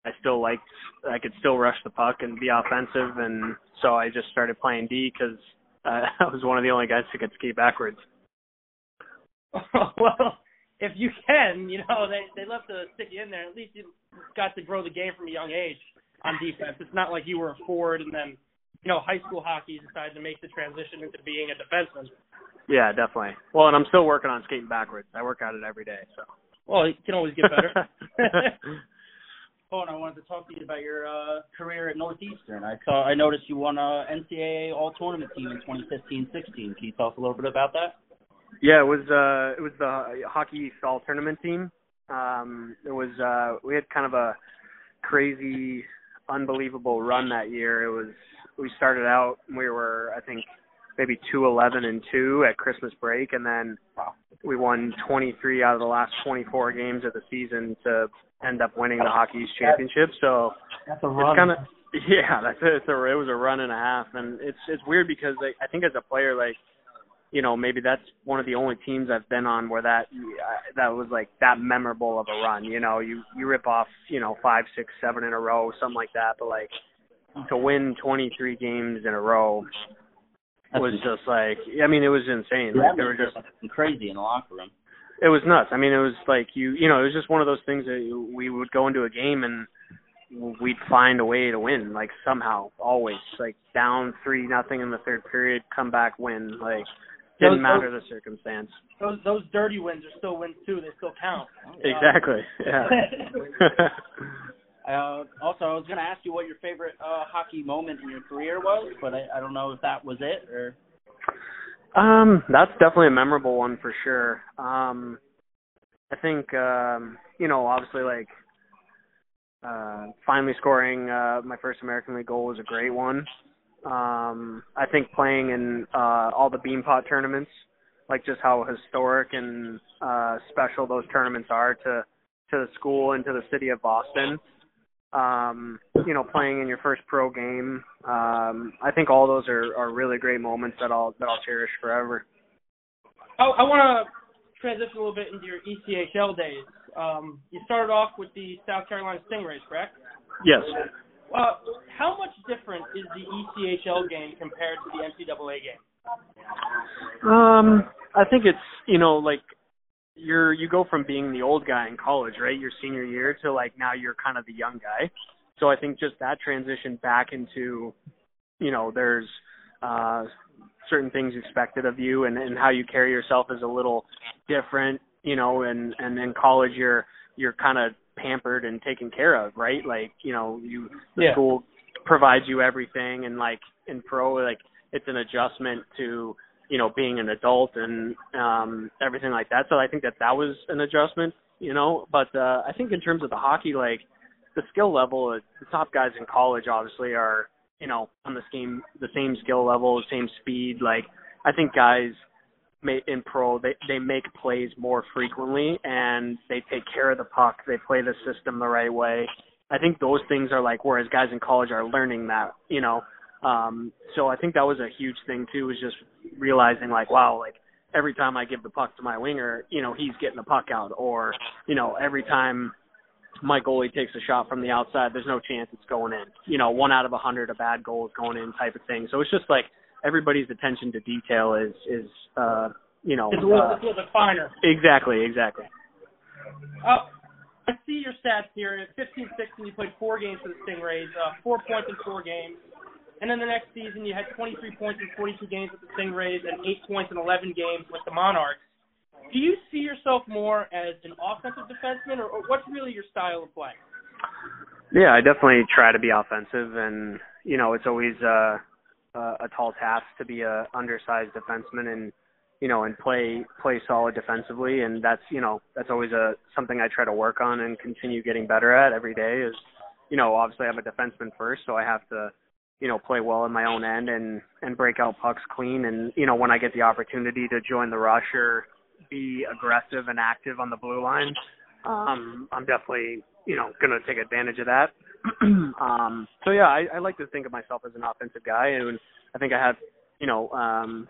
I still liked I could still rush the puck and be offensive, and so I just started playing D because uh, I was one of the only guys who could skate backwards. well, if you can, you know they they love to stick you in there. At least you got to grow the game from a young age on defense. It's not like you were a forward and then you know high school hockey decided to make the transition into being a defenseman. Yeah, definitely. Well, and I'm still working on skating backwards. I work at it every day, so Well, you can always get better. Colton, I wanted to talk to you about your uh, career at Northeastern. I saw, I noticed you won a NCAA All Tournament team in 2015-16. Can you tell us a little bit about that? Yeah, it was uh it was the hockey all tournament team. Um it was uh we had kind of a crazy unbelievable run that year. It was we started out we were I think maybe 211 and 2 at Christmas break and then we won 23 out of the last 24 games of the season to end up winning the hockey East championship. So That's a it's kind of yeah, that's it. It's a, it was a run and a half, and it's it's weird because like, I think as a player, like you know, maybe that's one of the only teams I've been on where that I- that was like that memorable of a run. You know, you you rip off you know five, six, seven in a row, something like that. But like to win 23 games in a row was just like I mean, it was insane. Like, there were just crazy in the locker room. it was nuts. I mean, it was like you, you know, it was just one of those things that you- we would go into a game and we'd find a way to win, like somehow, always, like down three nothing in the third period, come back, win, like Those- didn't matter the circumstance. Those those dirty wins are still wins too. They still count. Exactly. Yeah. Uh, also, I was going to ask you what your favorite uh, hockey moment in your career was, but I, I don't know if that was it or. Um, that's definitely a memorable one for sure. Um, I think um, you know, obviously, like uh, finally scoring uh, my first American League goal was a great one. Um, I think playing in uh, all the Beanpot tournaments, like just how historic and uh, special those tournaments are to to the school and to the city of Boston. Um, you know, playing in your first pro game. Um, I think all those are, are really great moments that I'll that I'll cherish forever. I, Oh, I want to transition a little bit into your E ECHL days. Um, you started off with the South Carolina Stingrays, correct? Yes. Uh, how much different is the E ECHL game compared to the NCAA game? Um, I think it's you know like you're you go from being the old guy in college, right? Your senior year to like now you're kind of the young guy. So I think just that transition back into you know there's uh certain things expected of you and and how you carry yourself is a little different, you know, and and in college you're you're kind of pampered and taken care of, right? Like, you know, you the Yeah. school provides you everything and like in pro like it's an adjustment to you know being an adult and um everything like that so i think that that was an adjustment you know but uh i think in terms of the hockey like the skill level uh, the top guys in college obviously are you know on the same the same skill level same speed like i I think guys ma- in pro they they make plays more frequently and they take care of the puck. They play the system the right way. I think those things are like whereas guys in college are learning that, you know. Um so I think that was a huge thing too was just realizing like wow, like every time I give the puck to my winger, you know, he's getting the puck out or, you know, every time my goalie takes a shot from the outside, there's no chance it's going in. You know, one out of a hundred, a bad goal is going in, type of thing. So it's just like everybody's attention to detail is is uh you know It's a little, uh, it's a little bit finer. exactly exactly. Uh, I see your stats here. At 15 16, you played four games for the Stingrays, uh, four points in four games. And then the next season, you had 23 points in 42 games with the Stingrays and eight points in 11 games with the Monarchs. Do you see yourself more as an offensive defenseman, or, or what's really your style of play? Yeah, I definitely try to be offensive, and you know, it's always uh, a a tall task to be a undersized defenseman, and you know, and play play solid defensively, and that's you know, that's always a something I try to work on and continue getting better at every day. Is you know, obviously I'm a defenseman first, so I have to you know play well in my own end and and break out pucks clean, and you know, when I get the opportunity to join the rush or be aggressive and active on the blue line, um, I'm definitely you know going to take advantage of that. um, so yeah, I, I like to think of myself as an offensive guy, and I think I have you know um,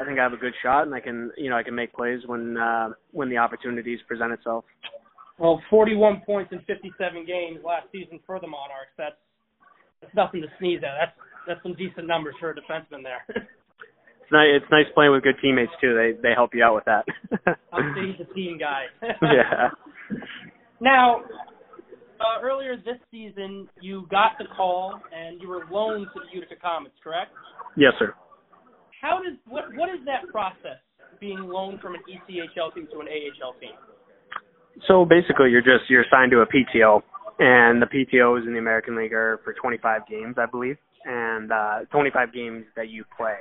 I think I have a good shot, and I can you know I can make plays when uh, when the opportunities present itself. Well, 41 points in 57 games last season for the Monarchs. That's, that's nothing to sneeze at. That's that's some decent numbers for a defenseman there. It's nice it's nice playing with good teammates too. They they help you out with that. I'm saying he's a team guy. yeah. Now, uh, earlier this season, you got the call and you were loaned to the Utica Comets, correct? Yes, sir. How does what what is that process being loaned from an E ECHL team to an AHL team? So basically, you're just you're signed to a PTO, and the PTOs in the American League are for 25 games, I believe, and uh, 25 games that you play.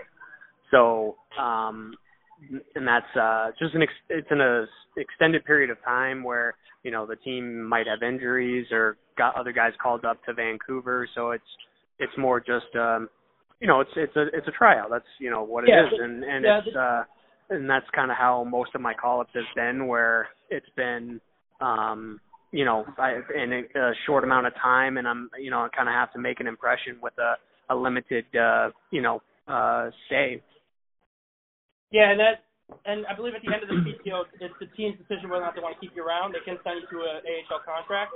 So, um, and that's uh, just an ex- it's an uh, extended period of time where you know the team might have injuries or got other guys called up to Vancouver. So it's it's more just um, you know it's it's a it's a tryout. That's you know what it is, Yeah, but- and and yeah, it's uh, and that's kind of how most of my call ups have been, where it's been um you know I, in a, a short amount of time and i'm you know i kind of have to make an impression with a a limited uh you know uh stay Yeah, and that and I believe at the end of the PTO, it's the team's decision whether or not they want to keep you around. They can sign you to an AHL contract.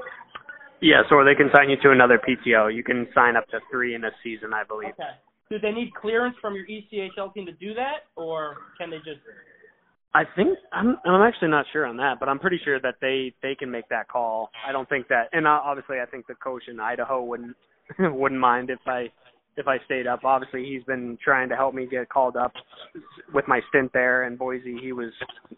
yes or they can sign you to another pto you can sign up to three in a season i believe Okay. Do they need clearance from your E ECHL team to do that, or can they just? i think i'm i'm actually not sure on that but i'm pretty sure that they they can make that call i don't think that and uh, obviously i think the coach in idaho wouldn't wouldn't mind if i if i stayed up obviously he's been trying to help me get called up with my stint there in boise he was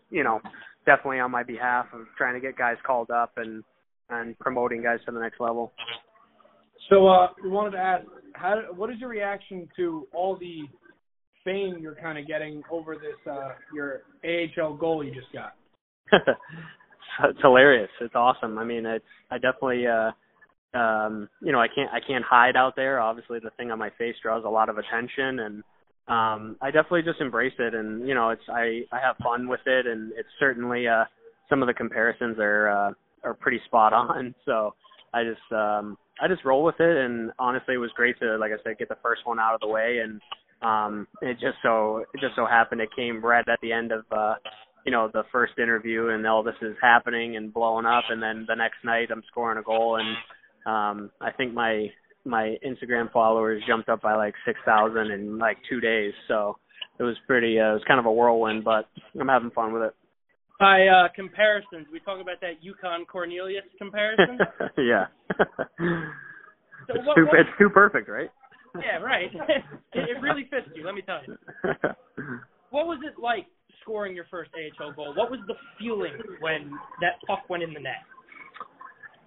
you know definitely on my behalf of trying to get guys called up and and promoting guys to the next level So uh, we wanted to ask, how what is your reaction to all the fame you're kind of getting over this uh, your AHL goal you just got? it's hilarious. It's awesome. I mean, it's I definitely uh um you know, I can't I can't hide out there. Obviously, the thing on my face draws a lot of attention and um I definitely just embrace it and you know, it's I I have fun with it and it's certainly uh some of the comparisons are uh are pretty spot on. So, I just um I just roll with it and honestly, it was great to like I said get the first one out of the way and um it just so it just so happened it came right at the end of uh you know the first interview and all this is happening and blowing up and then the next night I'm scoring a goal and um I think my my Instagram followers jumped up by like 6,000 in like 2 days so it was pretty uh, it was kind of a whirlwind but I'm having fun with it. By uh, comparisons, we talk about that Yukon Cornelius comparison. yeah. So it's what- too what- it's too perfect, right? Yeah, right. it, it really fits you, let me tell you. What was it like scoring your first AHL goal? What was the feeling when that puck went in the net?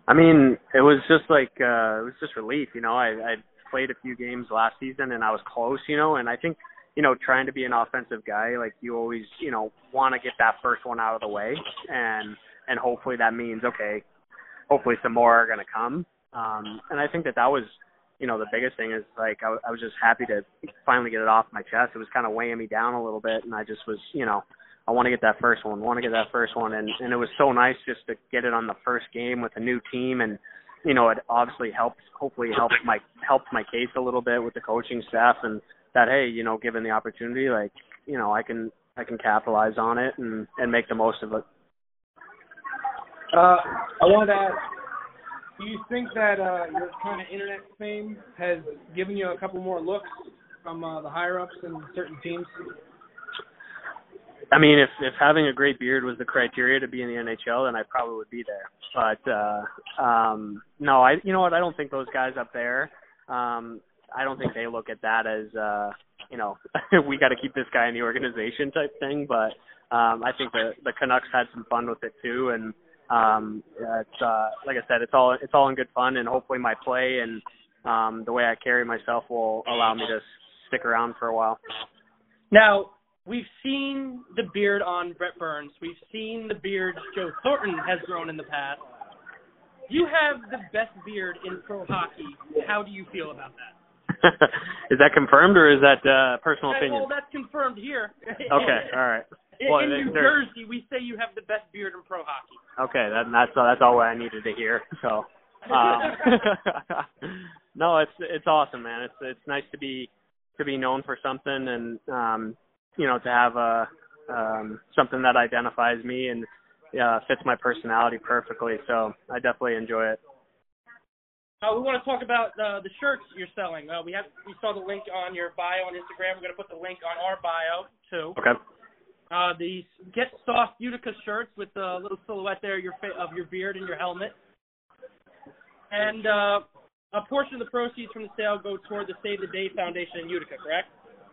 I mean, it was just like uh it was just relief, you know. I I played a few games last season and I was close, you know, and I think, you know, trying to be an offensive guy, like you always, you know, want to get that first one out of the way and and hopefully that means okay, hopefully some more are going to come. Um and I think that that was you know, the biggest thing is like I, w- I was just happy to finally get it off my chest. It was kind of weighing me down a little bit, and I just was, you know, I want to get that first one, want to get that first one, and and it was so nice just to get it on the first game with a new team, and you know, it obviously helps, hopefully helps my helped my case a little bit with the coaching staff, and that hey, you know, given the opportunity, like you know, I can I can capitalize on it and and make the most of it. Uh, I wanted to ask, do you think that uh, your kind of internet fame has given you a couple more looks from uh, the higher ups and certain teams? I mean, if if having a great beard was the criteria to be in the NHL, then I probably would be there. But uh um no, I you know what? I don't think those guys up there um I don't think they look at that as uh you know, we got to keep this guy in the organization type thing, but um I think the the Canucks had some fun with it too and um yeah, it's uh like I said, it's all it's all in good fun and hopefully my play and um the way I carry myself will allow me to stick around for a while. Now, we've seen the beard on Brett Burns. We've seen the beard Joe Thornton has grown in the past. You have the best beard in pro hockey. How do you feel about that? is that confirmed or is that uh personal Hey, opinion? Well, that's confirmed here. Okay, all right. In, Well, in they- New they're- Jersey, we say you have the best beard in pro hockey. Okay, that, that's that's all I needed to hear. So, um, no, it's it's awesome, man. It's it's nice to be to be known for something, and um, you know, to have a um, something that identifies me and uh, fits my personality perfectly. So, I definitely enjoy it. Uh, we want to talk about uh, the shirts you're selling. Uh, we have we saw the link on your bio on Instagram. We're going to put the link on our bio too. Okay. Uh, the Get Soft Utica shirts with the little silhouette there your fa- of your beard and your helmet, and uh, a portion of the proceeds from the sale go toward the Save the Day Foundation in Utica. Correct?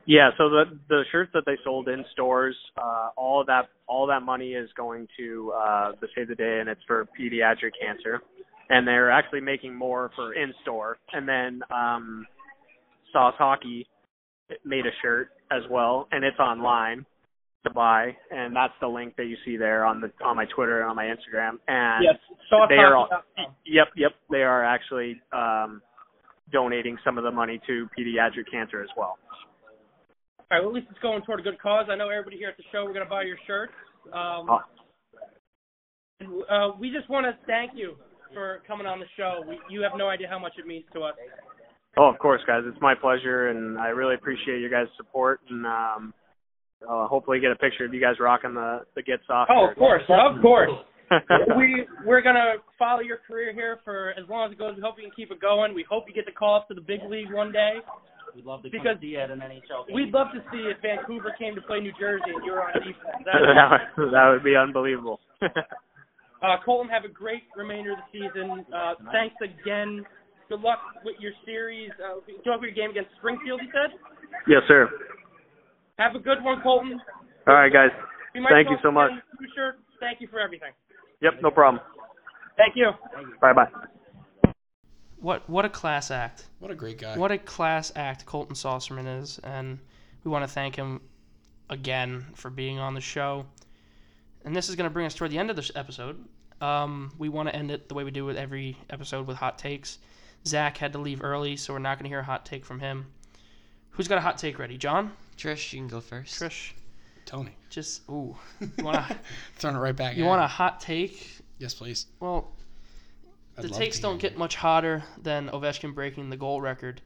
Yeah, so the the shirts that they sold in stores, uh, all of that all that money is going to uh, the Save the Day, and it's for pediatric cancer. And they're actually making more for in store. And then um, Sauce Hockey made a shirt as well, and it's online to buy, and that's the link that you see there on the on my Twitter and on my Instagram. And Soft they are all, hockey dot com. yep, yep, they are actually um, donating some of the money to pediatric cancer as well. All right. Well, at least it's going toward a good cause. I know everybody here at the show. We're going to buy your shirts. Um, Oh. and, uh, we just want to thank you for coming on the show. We, you have no idea how much it means to us. Oh, of course, guys. It's my pleasure, and I really appreciate your guys' support. And um, uh, hopefully, get a picture of you guys rocking the the get soft. Oh, of course, of course. we we we're gonna follow your career here for as long as it goes. We hope you can keep it going. We hope you get the call up to the big league one day. We'd love to come Because see you at an NHL game. We'd love to see if Vancouver came to play New Jersey and you were on defense. That, that, would- that would be unbelievable. uh, Colton, have a great remainder of the season. Uh, thanks again. Good luck with your series. Uh, good luck with your game against Springfield. You said. yes, sir. Have a good one, Colton. All right, guys. We might Thank you talk so much. again in the future. Thank you for everything. Yep, no problem. Thank you. Bye, bye. What what a class act. What a great guy. What a class act Colton Saucerman is, and we want to thank him again for being on the show. And this is going to bring us toward the end of this episode. Um, we want to end it the way we do with every episode with hot takes. Zach had to leave early, so we're not going to hear a hot take from him. Who's got a hot take ready? John? Trish, you can go first. Trish? Tony. Just, ooh. You want a, Throwing it right back you at want a him. hot take? Yes, please. Well, I'd the love takes to don't hear get much hotter than Ovechkin breaking the goal record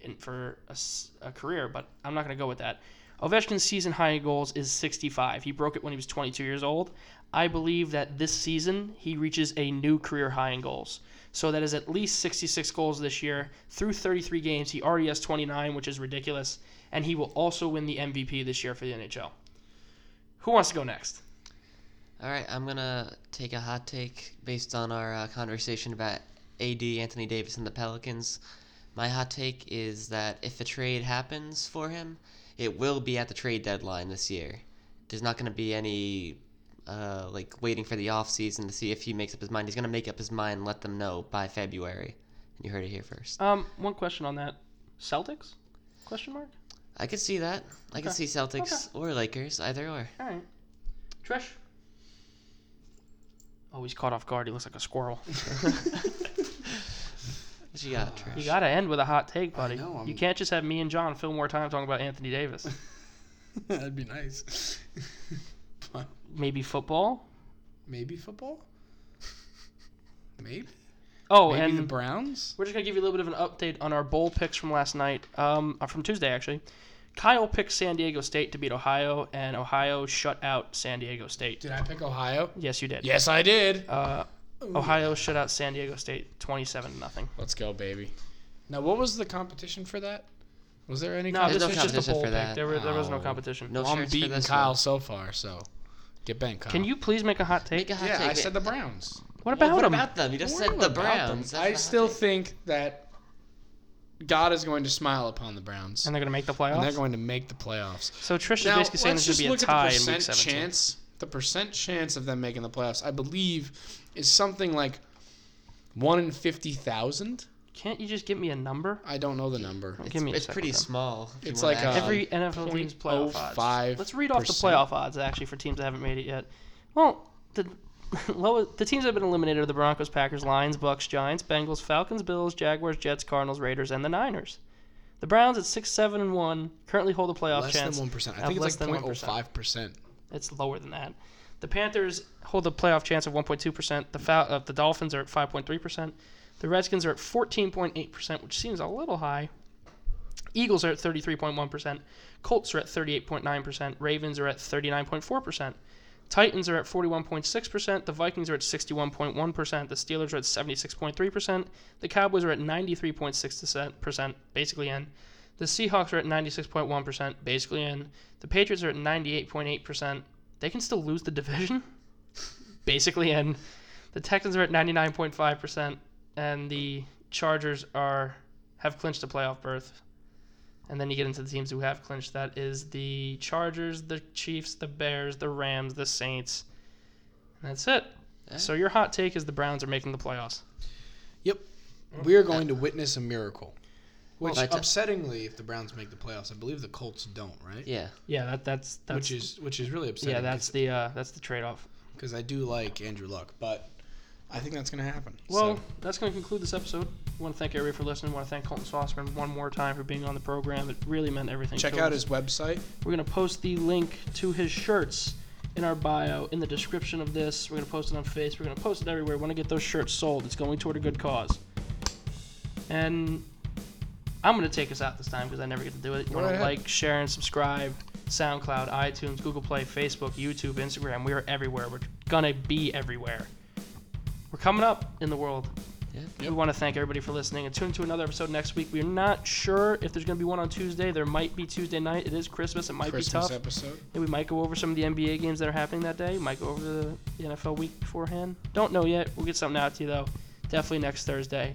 in, for a, s- a career, but I'm not going to go with that. Ovechkin's season high in goals is 65. He broke it when he was 22 years old. I believe that this season he reaches a new career high in goals. So that is at least 66 goals this year. Through 33 games, he already has 29, which is ridiculous. And he will also win the MVP this year for the NHL. Who wants to go next? All right, I'm gonna take a hot take based on our uh, conversation about AD Anthony Davis and the Pelicans. My hot take is that if a trade happens for him, it will be at the trade deadline this year. There's not gonna be any uh, like waiting for the offseason to see if he makes up his mind. He's gonna make up his mind, let them know by February. And you heard it here first. Um, one question on that. Celtics? Question mark? I could see that. I could Okay. see Celtics or Lakers, either or. All right. Trish. Oh, he's caught off guard. He looks like a squirrel. What you got, Trish? You gotta end with a hot take, buddy. know, I'm- you can't just have me and John fill more time talking about Anthony Davis. That'd be nice. but Maybe football. maybe football. Maybe. Oh, Maybe the and Browns. We're just gonna give you a little bit of an update on our bowl picks from last night, um, uh, from Tuesday actually. Kyle picked San Diego State to beat Ohio, and Ohio shut out San Diego State. Did I pick Ohio? Yes, you did. Yes, I did. Uh, Ohio shut out San Diego State twenty-seven to nothing. Let's go, baby. Now, what was the competition for that? Was there any No, There's this no was just a competition bowl for pick. that. There, were, there was no Oh. competition. no Well, I'm shirts for beating this Kyle one. so far, so get bent, Kyle. Can you please make a hot take? Make a hot Yeah, take. I said the Browns. What Well, about what him? about them? You just What said the about them? Browns. That's I the hot still take. think that God is going to smile upon the Browns, and and they're gonna make the they're, playoffs. going to make the playoffs. So Trish is Now, basically let's saying there's just gonna be look a tie at the in week percent seventeen. chance. The percent chance of them making the playoffs, I believe, is something like one in fifty thousand. Can't you just give me a number? I don't know the number. Give me a It's second pretty then. small. if you It's wanna like, actually- uh, Every NFL team's playoff odds. 0.05%. Let's read off the playoff odds actually for teams that haven't made it yet. Well, the lowest the teams that have been eliminated are the Broncos, Packers, Lions, Bucks, Giants, Bengals, Falcons, Bills, Jaguars, Jets, Cardinals, Raiders, and the Niners. The Browns at six, seven, and one currently hold a playoff Less chance. than one percent. I of think less it's like than 1%. 0.05 percent. It's lower than that. The Panthers hold a playoff chance of 1.2%. The Fal- uh, the Dolphins are at 5.3%. The Redskins are at 14.8%, which seems a little high. Eagles are at 33.1%. Colts are at 38.9%. Ravens are at 39.4%. Titans are at 41.6%. The Vikings are at 61.1%. The Steelers are at 76.3%. The Cowboys are at 93.6%, basically in. The Seahawks are at 96.1%, basically in. The Patriots are at 98.8%. They can still lose the division, basically in. The Texans are at 99.5%, and the Chargers are have clinched a playoff berth. And then you get into the teams who have clinched. That is the Chargers, the Chiefs, the Bears, the Rams, the Saints. And that's it. So your hot take is the Browns are making the playoffs. Yep. We are going to witness a miracle. Which Well, that's- upsettingly, if the Browns make the playoffs, I believe the Colts don't, right? Yeah. Yeah, that, that's that's which is which is really upsetting. yeah, that's the uh, that's the trade off. because I do like Andrew Luck, but I think that's going to happen. Well, so, that's going to conclude this episode. I want to thank everybody for listening. I want to thank Colton Saucerman one more time for being on the program. It really meant everything. check to out us. his website. We're going to post the link to his shirts in our bio, in the description of this. We're going to post it on Facebook. We're going to post it everywhere. We want to get those shirts sold. It's going toward a good cause. And I'm going to take us out this time because I never get to do it. You want to ahead. like, share, and subscribe. SoundCloud, iTunes, Google Play, Facebook, YouTube, Instagram. We are everywhere. We're going to be everywhere. We're coming up in the world. Yeah. We want to thank everybody for listening and tune to another episode next week. We're not sure if there's going to be one on Tuesday. There might be Tuesday night. It is Christmas. It might Christmas be tough. episode. And we might go over some of the NBA games that are happening that day. We might go over the the NFL week beforehand. Don't know yet. We'll get something out to you, though. Definitely next Thursday.